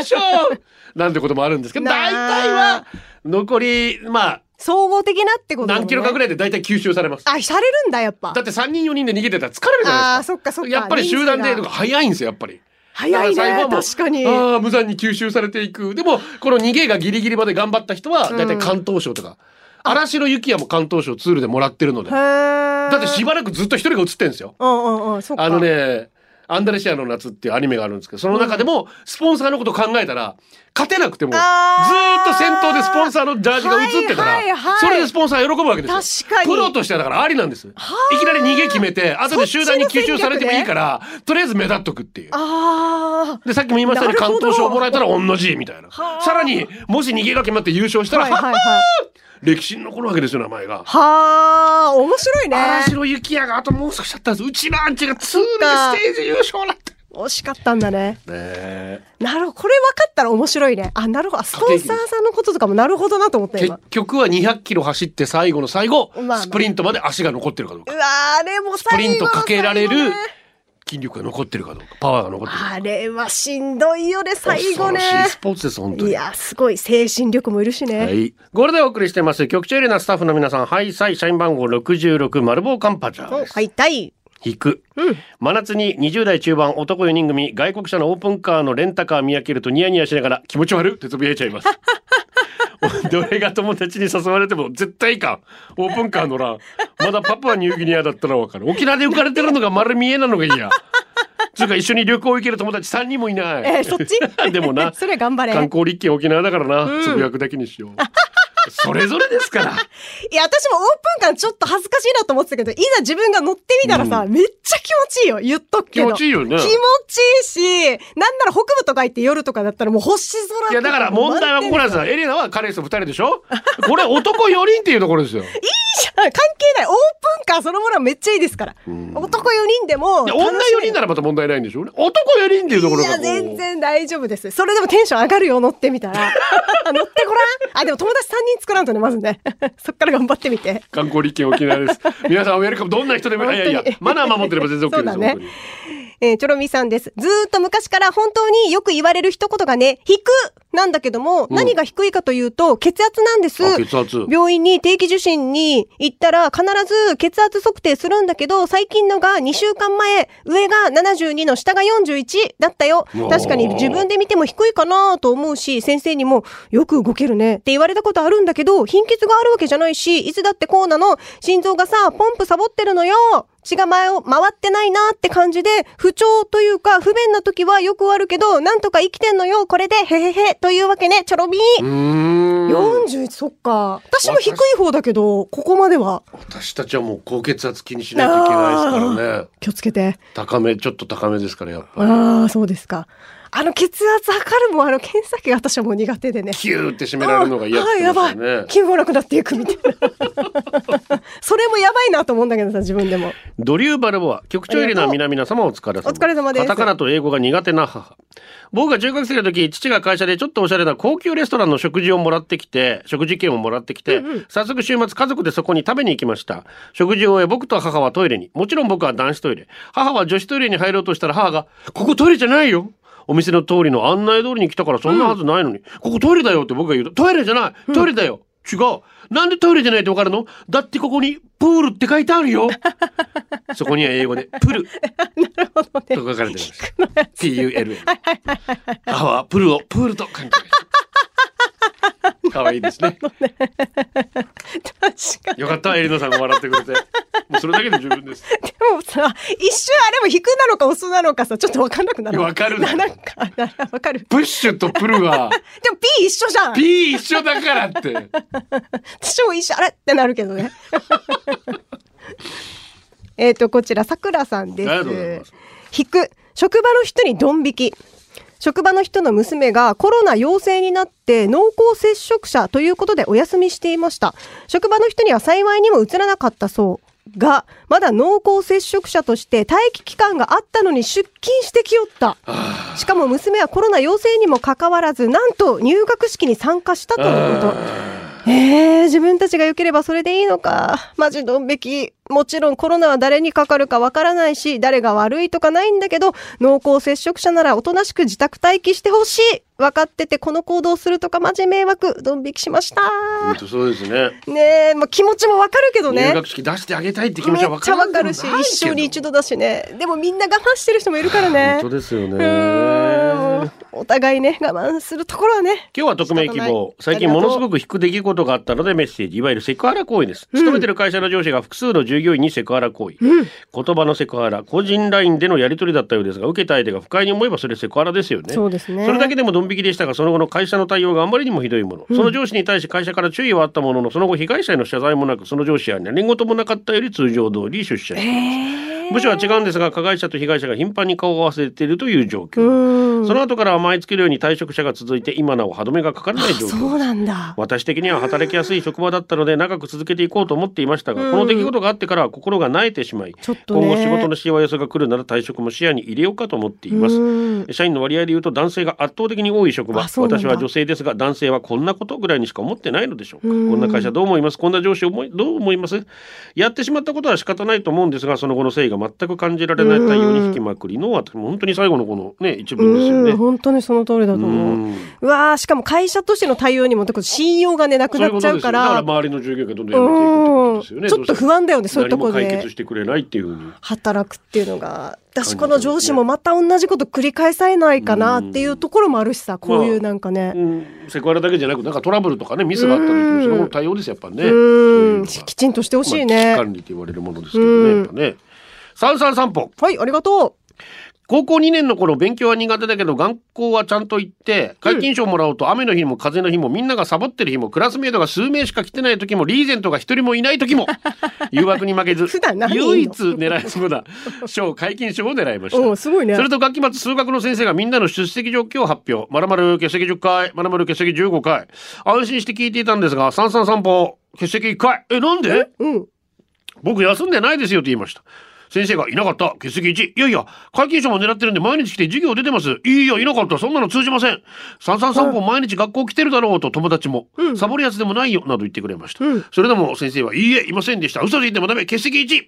Speaker 1: 初優 勝なんてこともあるんですけど
Speaker 2: な
Speaker 1: 大
Speaker 2: あ
Speaker 1: 体は残りまあ
Speaker 2: 総合的なってことだも
Speaker 1: 何
Speaker 2: んね
Speaker 1: キロかぐらいで大体吸収されます。
Speaker 2: あ、されるんだ、やっぱ
Speaker 1: だ。って3人4人で逃げてたら疲れるじゃ
Speaker 2: あ
Speaker 1: ない
Speaker 2: あ、
Speaker 1: ですか。
Speaker 2: そっかそっか。
Speaker 1: やっぱり集団でとか
Speaker 2: 人数が
Speaker 1: 早いんですよやっぱり。
Speaker 2: 早い
Speaker 1: だら最後
Speaker 2: ね
Speaker 1: は、もう
Speaker 2: 確かに。
Speaker 1: ああ無残に吸収されていくでもこの逃げがギリギリまで頑張った人は
Speaker 2: うん
Speaker 1: 大体関東賞とか、荒城幸也も関東賞ツールでもらってるのでだ
Speaker 2: だ
Speaker 1: ってしばらくずっと一人が映ってるんですよ
Speaker 2: うんうんうん、そっか。
Speaker 1: あのねアンダレシアの夏っていうアニメがあるんですけど、その中でも、スポンサーのこと考えたら、勝てなくても、ずー
Speaker 2: あー
Speaker 1: っと先頭でスポンサーのジャージが映ってた
Speaker 2: はいはいは
Speaker 1: ら、
Speaker 2: い
Speaker 1: それでスポンサー喜ぶわけですよ。
Speaker 2: 確かに
Speaker 1: プロとしてはだからありなんです。いきなり逃げ決めて、後で集団に吸収されてもいいから、とりあえず目立っとくっていう。
Speaker 2: ああ。
Speaker 1: で、さっきも言いましたように
Speaker 2: なる
Speaker 1: 関
Speaker 2: ほど
Speaker 1: 東賞もらえたら同じみたいな。
Speaker 2: はあ
Speaker 1: さらに、もし逃げが決まって優勝したら、
Speaker 2: はいはいはい。
Speaker 1: 歴史に残るわけですよ、名前が。
Speaker 2: はあ、面白いね。
Speaker 1: 荒城幸也があともう少しだったんです。うちのアンチがツーでステージ優勝だった。ね
Speaker 2: 惜しかったんだね。
Speaker 1: え
Speaker 2: なるほど。これ分かったら面白いね。あ、なるほど。あスポンサーさんのこととかもなるほどなと思った
Speaker 1: 結
Speaker 2: 今。
Speaker 1: 局は200キロ走って最後の最後、
Speaker 2: まあまあ
Speaker 1: スプリントまで足が残ってるかどう
Speaker 2: う
Speaker 1: か。
Speaker 2: わーあれも
Speaker 1: スプリ
Speaker 2: 最
Speaker 1: ン
Speaker 2: 後
Speaker 1: ト
Speaker 2: の
Speaker 1: かけられ
Speaker 2: 最後
Speaker 1: る
Speaker 2: ね
Speaker 1: 筋力が残ってるかどうか、パワーが残ってるか。
Speaker 2: あれはしんどいよね、最後ね
Speaker 1: 恐。ろしいスポーツです、本当
Speaker 2: い
Speaker 1: に。
Speaker 2: や、すごい。精神力もいるしね。
Speaker 1: はい。ゴールでお送りしてます。局長エレナスタッフの皆さん、ハイサイ、社員番号66、丸棒カンパチャー
Speaker 2: お
Speaker 1: です。
Speaker 2: 買いたい。
Speaker 1: 引く、真夏に20代中盤男4人組外国車のオープンカーのレンタカー見分けるとニヤニヤしながら気持ち悪いってつぶやいちゃいます どれが友達に誘われても絶対いかんオープンカー乗らんまだパプアニューギニアだったらわかる沖縄で浮かれてるのが丸見えなのがいいやつうか一緒に旅行行ける友達3人もいない
Speaker 2: えーそっち
Speaker 1: でもな
Speaker 2: それ頑張れ。
Speaker 1: 観光立憲沖縄だからな、つぶやくだけにしようそれぞれですから
Speaker 2: いや、私もオープン感ちょっと恥ずかしいなと思ってたけど、いざ自分が乗ってみたらさ、めっちゃ気持ちいいよ。言っとくけど。
Speaker 1: 気持ちいいよね
Speaker 2: 気持ちいいし、なんなら北部とか行って夜とかだったらもう星空と
Speaker 1: いやだから問題はここなんですよ。エレナは彼氏と二人でしょこれ男4人っていうところ ですよ。
Speaker 2: 関係ない。オープンカーそのものはめっちゃいいですから。男4人でも。
Speaker 1: で女4人ならまた問題ないんでしょうね。男4人っていうところ
Speaker 2: い
Speaker 1: がこ
Speaker 2: や、
Speaker 1: う。
Speaker 2: 全然大丈夫です。それでもテンション上がるよ、乗ってみたら。 乗ってごらん。あ、でも友達3人作らんとね、まずね。 そっから頑張ってみて。
Speaker 1: 観光立憲沖縄です。皆さんウェルカムどんな人でもいやいやいや
Speaker 2: 本当に
Speaker 1: マナー守ってれば全然 OK です。
Speaker 2: そうだね
Speaker 1: 本当に
Speaker 2: えー、チョロミーさんです。ずーっと昔から本当によく言われる一言がね、低なんだけども、何が低いかというと、血圧なんです。
Speaker 1: あ血圧
Speaker 2: 病院に定期受診に行ったら、必ず血圧測定するんだけど、最近のが2週間前、上が72の下が41だったよ
Speaker 1: うわ。ー
Speaker 2: 確かに自分で見ても低いかなと思うし、先生にも、よく動けるねって言われたことあるんだけど、貧血があるわけじゃないし、いつだってこうなの、心臓がさ、ポンプサボってるのよ血が前を回ってないなって感じで、不調というか、不便な時はよくあるけど、なんとか生きてんのよこれで、へへへというわけね、チョロビ
Speaker 1: う
Speaker 2: ー。
Speaker 1: ーん。
Speaker 2: 41、そっか。私も低い方だけど、ここまでは
Speaker 1: 私たちはもう高血圧気にしないといけないですからね。
Speaker 2: 気をつけて。
Speaker 1: 高めちょっと高めですからやっぱり。
Speaker 2: ああ、そうですか。あの血圧測るも、あの検査機が私はもう苦手でね。
Speaker 1: キューって締められるのが嫌って言ってま
Speaker 2: あ
Speaker 1: し
Speaker 2: ー
Speaker 1: た
Speaker 2: やば
Speaker 1: よ
Speaker 2: い
Speaker 1: ね。
Speaker 2: 気分がなくな っていくみたいなそれもやばいなと思うんだけどさ自分でも
Speaker 1: ドリューバルボア局長エレナ皆々様お疲れ様
Speaker 2: お疲れ様です
Speaker 1: カタカナと英語が苦手な母僕が中学生の時父が会社でちょっとおしゃれな高級レストランの食事をもらってきて食事券をもらってきて、早速週末家族でそこに食べに行きました食事を終え僕と母はトイレにもちろん僕は男子トイレ母は女子トイレに入ろうとしたら母が「ここトイレじゃないよ」お店の通りの案内通りに来たからそんなはずないのに、ここトイレだよって僕が言うと、トイレじゃないトイレだよ、違うなんでトイレじゃないってわかるのだってここにプールって書いてある よそこには英語で「プル」と書かれてます PUL 母はプルをプールと書いてます可愛いですね
Speaker 2: 確かに
Speaker 1: よかったエリノさんが笑ってくれてもうそれだけで十分です
Speaker 2: でもさ一瞬あれも引くなのか押すなのかさちょっと分かんなくなる
Speaker 1: わかるだ
Speaker 2: な
Speaker 1: ろ
Speaker 2: なんかな分かるで
Speaker 1: プッシュとプルは
Speaker 2: も P 一緒じゃん
Speaker 1: P 一緒だからって
Speaker 2: 私も一緒あれってなるけどね えっとこちらさくらさんです
Speaker 1: ありがとうございます
Speaker 2: 引く職場の人にドン引き職場の人の娘がコロナ陽性になって濃厚接触者ということでお休みしていました職場の人には幸いにもうつらなかったそうがまだ濃厚接触者として待機期間があったのに出勤してきよったしかも娘はコロナ陽性にもかかわらずなんと入学式に参加したということえー、自分たちが良ければそれでいいのか。マジドン引き。もちろんコロナは誰にかかるかわからないし、誰が悪いとかないんだけど、濃厚接触者ならおとなしく自宅待機してほしい。分かっててこの行動するとかマジ迷惑。ドン引きしました。
Speaker 1: 本当そうですね
Speaker 2: ねえ、まあ、気持ちもわかるけどね。
Speaker 1: 入
Speaker 2: めっ
Speaker 1: 学式出してあげたいって気持ち
Speaker 2: ち
Speaker 1: は
Speaker 2: ゃ
Speaker 1: 分
Speaker 2: わ
Speaker 1: かるんで
Speaker 2: か
Speaker 1: もな
Speaker 2: る
Speaker 1: い
Speaker 2: し
Speaker 1: けど、
Speaker 2: 一生に一度だしね。でもみんな我慢してる人もいるからね。
Speaker 1: 本当ですよね
Speaker 2: うーん
Speaker 1: 今
Speaker 2: お互いね我慢するところはね
Speaker 1: 日は匿名希望最近ものすごく引く出来事があったのでメッセージいわゆるセクハラ行為です、勤めてる会社の上司が複数の従業員にセクハラ行為、言葉のセクハラ個人ラインでのやり取りだったようですが受けた相手が不快に思えばそれセクハラですよね
Speaker 2: そうですね
Speaker 1: それだけでもドン引きでしたがその後の会社の対応があまりにもひどいもの、その上司に対し会社から注意はあったもののその後被害者への謝罪もなくその上司は何事もなかったより通常通り出社しています部署は違うんですが加害者と被害者が頻繁に顔を合わせているという状況、
Speaker 2: うん
Speaker 1: その後からは毎月のように退職者が続いて今なお歯止めがかからない状況
Speaker 2: そうなんだ
Speaker 1: 私的には働きやすい職場だったので長く続けていこうと思っていましたが、この出来事があってからは心が萎えてしまい、
Speaker 2: ちょっと
Speaker 1: 今
Speaker 2: ね
Speaker 1: 後仕事のしわ寄せが来るなら退職も視野に入れようかと思っています、
Speaker 2: うん
Speaker 1: 社員の割合で言うと男性が圧倒的に多い職場
Speaker 2: あそうなん
Speaker 1: 私
Speaker 2: だ
Speaker 1: は女性ですが男性はこんなことぐらいにしか思ってないのでしょうかこんな会社どう思いますこんな上司思いどう思いますやってしまったことは仕方ないと思うんですがその後の誠意が全く感じられない対応に引きまくりの私も本当に最後のこのね一文ですよ
Speaker 2: う
Speaker 1: ね
Speaker 2: ん本当にその通りだと思う
Speaker 1: うん
Speaker 2: うわーしかも会社としての対応にもだから信用がねなく
Speaker 1: そうい
Speaker 2: な
Speaker 1: うこ
Speaker 2: っち
Speaker 1: と
Speaker 2: ゃ
Speaker 1: で
Speaker 2: う
Speaker 1: すよ
Speaker 2: か
Speaker 1: だから
Speaker 2: ら
Speaker 1: 周りの従業員がどんどん辞めていくってことで
Speaker 2: うん
Speaker 1: すよね
Speaker 2: ちょっと不安だよねそういうとこ
Speaker 1: 何も解決
Speaker 2: で
Speaker 1: してくれないっていうふうに
Speaker 2: 働くっていうのが私この上司もまた同じこと繰り返されないかなっていうところもあるしさこういうなんかね
Speaker 1: うん、セクハラだけじゃなくなんかトラブルとかねミスがあった時
Speaker 2: う
Speaker 1: に
Speaker 2: ん
Speaker 1: その対応ですよやっぱね
Speaker 2: う
Speaker 1: そ
Speaker 2: ん
Speaker 1: ういうのが
Speaker 2: きちんとしてほし
Speaker 1: まあ
Speaker 2: い
Speaker 1: 危
Speaker 2: ね
Speaker 1: 機管理と言われるものですけどね
Speaker 2: うん
Speaker 1: やっぱね三三三歩
Speaker 2: はいありがと
Speaker 1: 高校2年の頃勉強は苦手だけど学校はちゃんと行って皆勤賞もらおうと雨の日も風の日もみんながサボってる日もクラスメイトが数名しか来てない時もリーゼントが一人もいない時 も誘惑に負けず
Speaker 2: 普段何いいの
Speaker 1: 唯一狙いそうな賞皆勤賞を狙いまし
Speaker 2: う
Speaker 1: た
Speaker 2: うんすごいね
Speaker 1: それと学期末数学の先生がみんなの出席状況を発表。まるまる欠席10回、まるまる欠席15回。安心して聞いていたんですが、三三三歩、欠席1回。え、なんで
Speaker 2: うん
Speaker 1: 僕休んでないですよと言いました。先生がいなかった、欠席1。いやいや、皆勤賞も狙ってるんで毎日来て授業出てます。いやいや、いなかった、そんなの通じません。三三三歩毎日学校来てるだろうと友達も、サボるやつでもないよ、など言ってくれました。
Speaker 2: うん
Speaker 1: それでも先生は、いいえ、いませんでした。嘘ついてもダメ、欠席1。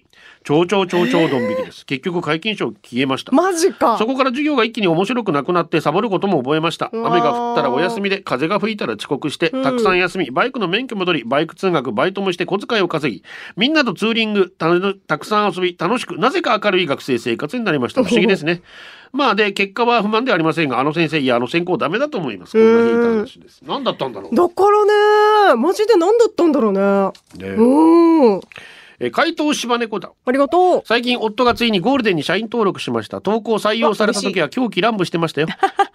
Speaker 1: 超々超々ドン引きです。結局皆勤賞消えました。
Speaker 2: マジか
Speaker 1: そこから授業が一気に面白くなくなってサボることも覚えました
Speaker 2: うわー
Speaker 1: 雨が降ったらお休みで風が吹いたら遅刻して
Speaker 2: うん
Speaker 1: たくさん休み、バイクの免許も取りバイク通学バイトもして小遣いを稼ぎみんなとツーリングたのたくさん遊び楽しくなぜか明るい学生生活になりました不思議です ねまあで結果は不満ではありませんがあの先生いやあの専攻ダメだと思いますこんなひいた話です何だったんだろう、
Speaker 2: だからねマジで何だったんだろうね
Speaker 1: ね
Speaker 2: うん
Speaker 1: え回答柴猫だ
Speaker 2: ありがとう
Speaker 1: 最近夫がついにゴールデンに社員登録しました投稿採用された時は狂気乱舞してました よ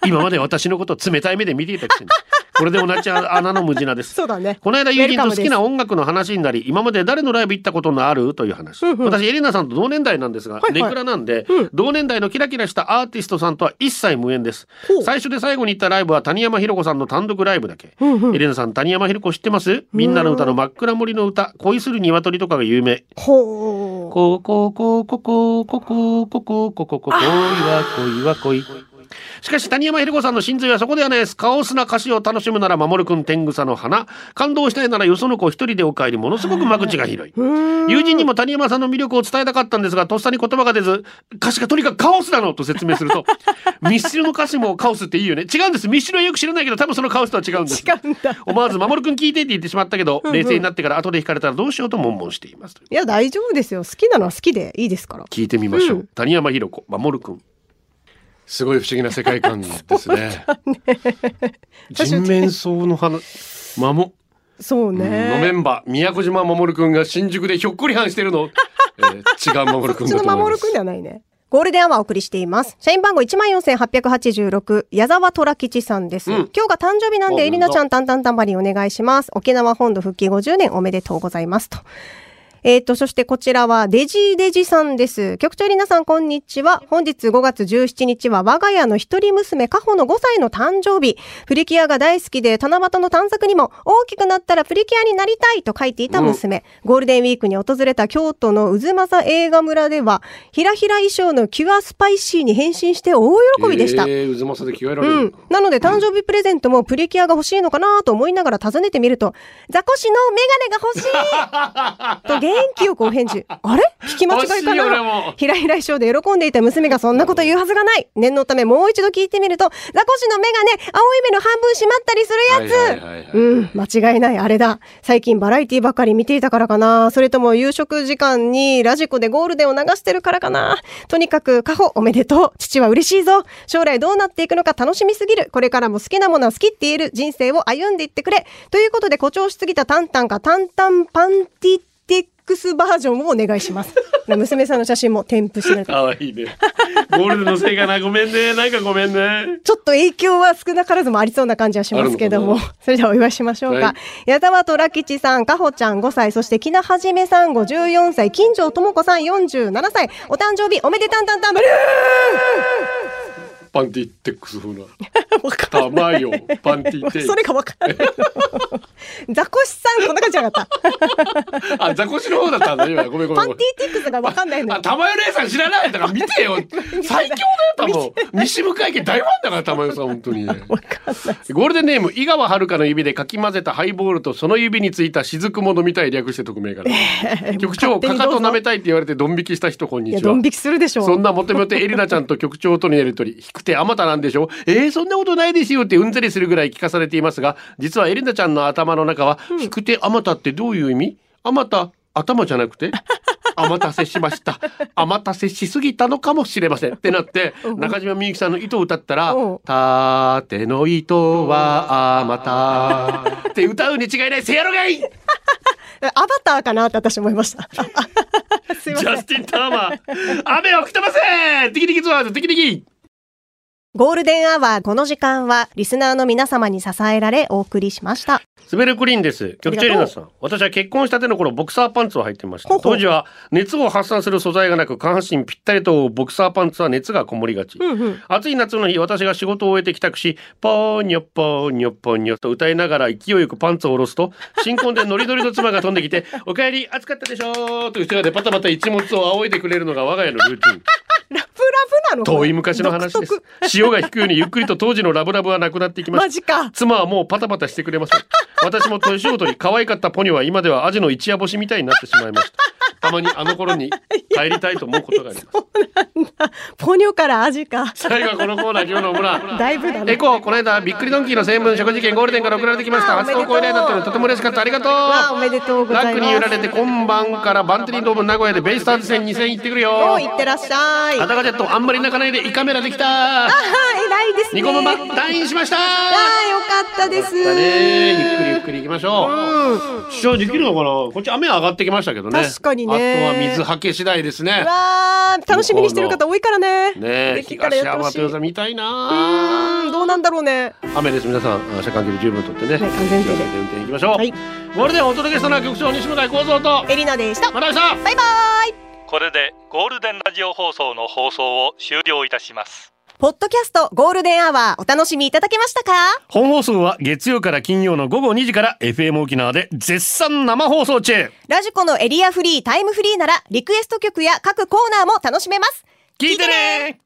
Speaker 1: 今まで私のこと冷たい目で見ていたくせにこれで同じ穴の無地なです
Speaker 2: そうだね
Speaker 1: この間友人と好きな音楽の話になり今まで誰のライブ行ったことのあるという話、
Speaker 2: うんうん
Speaker 1: 私エレナさんと同年代なんですが、
Speaker 2: はいはい
Speaker 1: ネクラなんで、
Speaker 2: うん
Speaker 1: 同年代のキラキラしたアーティストさんとは一切無縁です
Speaker 2: ほう
Speaker 1: 最初で最後に行ったライブは谷山ひろ子さんの単独ライブだけ、
Speaker 2: うんうん
Speaker 1: エレナさん谷山ひろ子知ってますみんなの歌の真っ暗森の歌恋する鶏とかが有名
Speaker 2: ほう
Speaker 1: こうこうこうこうこうこうこうこうこうこうこうこう恋は恋は恋。しかし谷山ひろ子さんの真髄はそこではないです。カオスな歌詞を楽しむなら守くん天草の花。感動したいならよその子一人でお帰り。ものすごく間口が広い。友人にも谷山さんの魅力を伝えたかったんですが、とっさに言葉が出ず、歌詞がとにかくカオスなのと説明すると、ミスチルの歌詞もカオスっていいよね。違うんです。ミスチルはよく知らないけど、多分そのカオスとは違うんです。
Speaker 2: 違うん だ
Speaker 1: 思わず、守くん聞いてって言ってしまったけど、
Speaker 2: ん
Speaker 1: 冷静になってから後で引かれたらどうしようと悶々しています。
Speaker 2: いや大丈夫ですよ好きなのは好きでいいですから
Speaker 1: 聞いてみましょう、
Speaker 2: うん
Speaker 1: 谷山ひろ子守君
Speaker 3: すごい不思議な世界観 ですね。人面相の花、まも、
Speaker 2: そう
Speaker 3: のメ
Speaker 2: ね
Speaker 3: ンバー、宮古島守くんが新宿でひょっこりはんしてる の。えー違う守く
Speaker 2: こ
Speaker 3: ん
Speaker 2: っち
Speaker 3: だと思
Speaker 2: の
Speaker 3: い
Speaker 2: 守
Speaker 3: ま
Speaker 2: る
Speaker 3: す
Speaker 2: くん。ではないねゴールデンアワーお送りしています。社員番号14,886、矢沢虎吉さんです。
Speaker 1: うん
Speaker 2: 今日が誕生日なん
Speaker 1: あ
Speaker 2: で、えりなちゃん、タンタンタンバリンお願いします。沖縄本土復帰50年おめでとうございます。と。えっ、と、そしてこちらはデジデジさんです。局長皆さん、こんにちは。本日5月17日は我が家の一人娘、カホの5歳の誕生日。プリキュアが大好きで、七夕の短冊にも、大きくなったらプリキュアになりたいと書いていた娘。ゴールデンウィークに訪れた京都の渦政映画村では、ひらひら衣装のキュアスパイシーに変身して大喜びでした。
Speaker 3: えー、渦政で着替えられる
Speaker 2: うん
Speaker 3: だ。、
Speaker 2: なので誕生日プレゼントもプリキュアが欲しいのかなと思いながら尋ねてみると、ザコシのメガネが欲しいと気よくお返事。あれ聞き間違いか
Speaker 1: 惜しい俺
Speaker 2: な
Speaker 1: も
Speaker 2: ひらひら賞で喜んでいた娘がそんなこと言うはずがない。念のためもう一度聞いてみると、ザコシの眼鏡、青い目の半分閉まったりするやつ。
Speaker 3: はいはいはいはい
Speaker 2: うん、間違いない、あれだ。最近バラエティばかり見ていたからかな。それとも夕食時間にラジコでゴールデンを流してるからかな。とにかく、カホおめでとう。父は嬉しいぞ。将来どうなっていくのか楽しみすぎる。これからも好きなものは好きって言える人生を歩んでいってくれ。ということで、誇張しすぎたタンタンがタンタンパンティテックスバージョンをお願いします。娘さんの写真も添付しながら。
Speaker 1: 可愛いね。ゴールデンのせいかな。ごめんね。なんかごめんね。
Speaker 2: ちょっと影響は少なからずもありそうな感じはしますけど
Speaker 3: あ
Speaker 2: も
Speaker 3: るの。
Speaker 2: それではお祝いしましょうか。
Speaker 3: はい
Speaker 2: 矢沢とらきちさん、かほちゃん5歳、そしてきなはじめさん54歳、金城智子さん47歳、お誕生日おめでたん たんたんブル
Speaker 3: パンティテックス風な。
Speaker 2: ーわかん
Speaker 3: たまよ、パンティテイ
Speaker 2: それがわからない。ザコシさん、こんな感じじゃなかった。
Speaker 3: あ、ザコシの方だったんだ、今。ごめんごめ
Speaker 2: パ
Speaker 3: ん
Speaker 2: ン
Speaker 3: ごめん。
Speaker 2: ティティックスがわかんないの
Speaker 3: あ、
Speaker 2: よ。
Speaker 3: たまよ姉さん知らないだから見 てよ。最強だよ、多分。西向井家大ファンだから、たまよさん、本当に。
Speaker 2: わかんない。
Speaker 1: ゴールデンネーム、
Speaker 3: 井川遥の指でかき混ぜたハイボールとその指についた雫も飲みたい略して匿名 から局長
Speaker 2: 勝手
Speaker 3: か
Speaker 2: に
Speaker 3: か
Speaker 2: どうぞ
Speaker 3: と舐めたいって言われてドン引きした人こん
Speaker 2: い
Speaker 3: に
Speaker 2: や、
Speaker 3: ち
Speaker 2: ド
Speaker 3: は
Speaker 2: ン引きするでしょ
Speaker 3: そんなモテモテエリナちゃんと局長とのやりとり低くてあまたなんでしょうえー、そんなことないですよってうんざりするぐらい聞かされていますが実はエリナちゃんの頭の中は低くてあまたってどういう意味あまた頭じゃなくてあまたせしましたあまたせしすぎたのかもしれませんってなって中島みゆきさんの糸を歌ったら
Speaker 2: うん
Speaker 3: 「たての糸はあまた」って歌うに違いないせやろがいジ
Speaker 2: アバターかなって私思い ました。すいません
Speaker 1: ジャ。スティン・ターマー。
Speaker 3: 雨を吹き飛ばせテキテキツアーズテキテキ
Speaker 2: ゴールデンアワー、この時間は、リスナーの皆様に支えられ、お送りしました。
Speaker 1: スベルクリーンです。局長エレナさん。私は結婚したての頃、ボクサーパンツを履いてました。
Speaker 2: ほほ
Speaker 1: 当時は熱を発散する素材がなく、下半身ぴったりとボクサーパンツは熱がこもりがち。暑い夏の日、私が仕事を終えて帰宅し、ポーニョポーニョポーニョと歌いながら勢いよくパンツを下ろすと、新婚でノリノリの妻が飛んできて、 お帰り、暑かったでしょーと後ろでパタパタ一物を仰いでくれるのが我が家のルーティン。
Speaker 2: ラブラブなの
Speaker 1: 遠い昔の話です
Speaker 2: 独。
Speaker 1: 潮が引くようにゆっくりと当時のラブラブはなくなっていきました
Speaker 2: マ。ジか。
Speaker 1: 妻はもうパタパタしてくれません。私も年ごとに可愛かったポニョは今ではアジの一夜干しみたいになってしまいました。たまにあの頃に帰りたいと思うことがあります。
Speaker 2: ポニョからアジか。
Speaker 1: 最後はこのコーナー今日のオムラ。
Speaker 2: だいぶだ
Speaker 1: エ
Speaker 2: ね。
Speaker 1: コー、この間、びっくりドンキーの専門食事券ゴールデンから送られてきました。
Speaker 2: わあおめ
Speaker 1: 初
Speaker 2: でとう
Speaker 1: 投稿以来だったのでとても嬉しかった。ありがと
Speaker 2: わあお
Speaker 1: う。
Speaker 2: めでとうござい
Speaker 1: 楽
Speaker 2: ま
Speaker 1: に
Speaker 2: す。
Speaker 1: 揺られて今晩からバンテリンドーム名古屋でベイスターズ戦2戦行ってくるよ
Speaker 2: お。いってらっしゃい。
Speaker 1: あ
Speaker 2: あ
Speaker 1: たかジェットあんまり泣かないで胃カメラできた。
Speaker 2: ー偉いですね。
Speaker 1: ニコママ
Speaker 2: あーよ
Speaker 1: 退院しました。
Speaker 2: かったです。
Speaker 1: だねゆっくりゆっくり行きましょう。主張できるのかなこっち雨上がってきましたけどね。
Speaker 2: 確かにね
Speaker 1: あとは水はけ次第ですね。
Speaker 2: わー、楽しみにしてる方多いから
Speaker 1: ね
Speaker 2: ね。
Speaker 1: え、
Speaker 2: できたら
Speaker 1: 東
Speaker 2: やって
Speaker 1: 山
Speaker 2: ほしい。
Speaker 1: 豊座
Speaker 2: う
Speaker 1: 見たいな
Speaker 2: ーん、どうなんだろうね。
Speaker 1: 雨です、皆さん。あ車間距離十分とってね。
Speaker 2: ね安全運転で
Speaker 1: 気をつけて運転行きましょう。
Speaker 2: はい
Speaker 1: ゴールデンお届けしたのは局長西村幸三と、
Speaker 2: エリナでした。
Speaker 1: また明日
Speaker 2: バイバイ。
Speaker 4: これでゴールデンラジオ放送の放送を終了いたします
Speaker 2: ポッドキャストゴールデンアワーお楽しみいただけましたか
Speaker 1: 本放送は月曜から金曜の午後2時から FM 沖縄で絶賛生放送中。
Speaker 2: ラジコのエリアフリータイムフリーならリクエスト曲や各コーナーも楽しめます。
Speaker 1: 聞いてね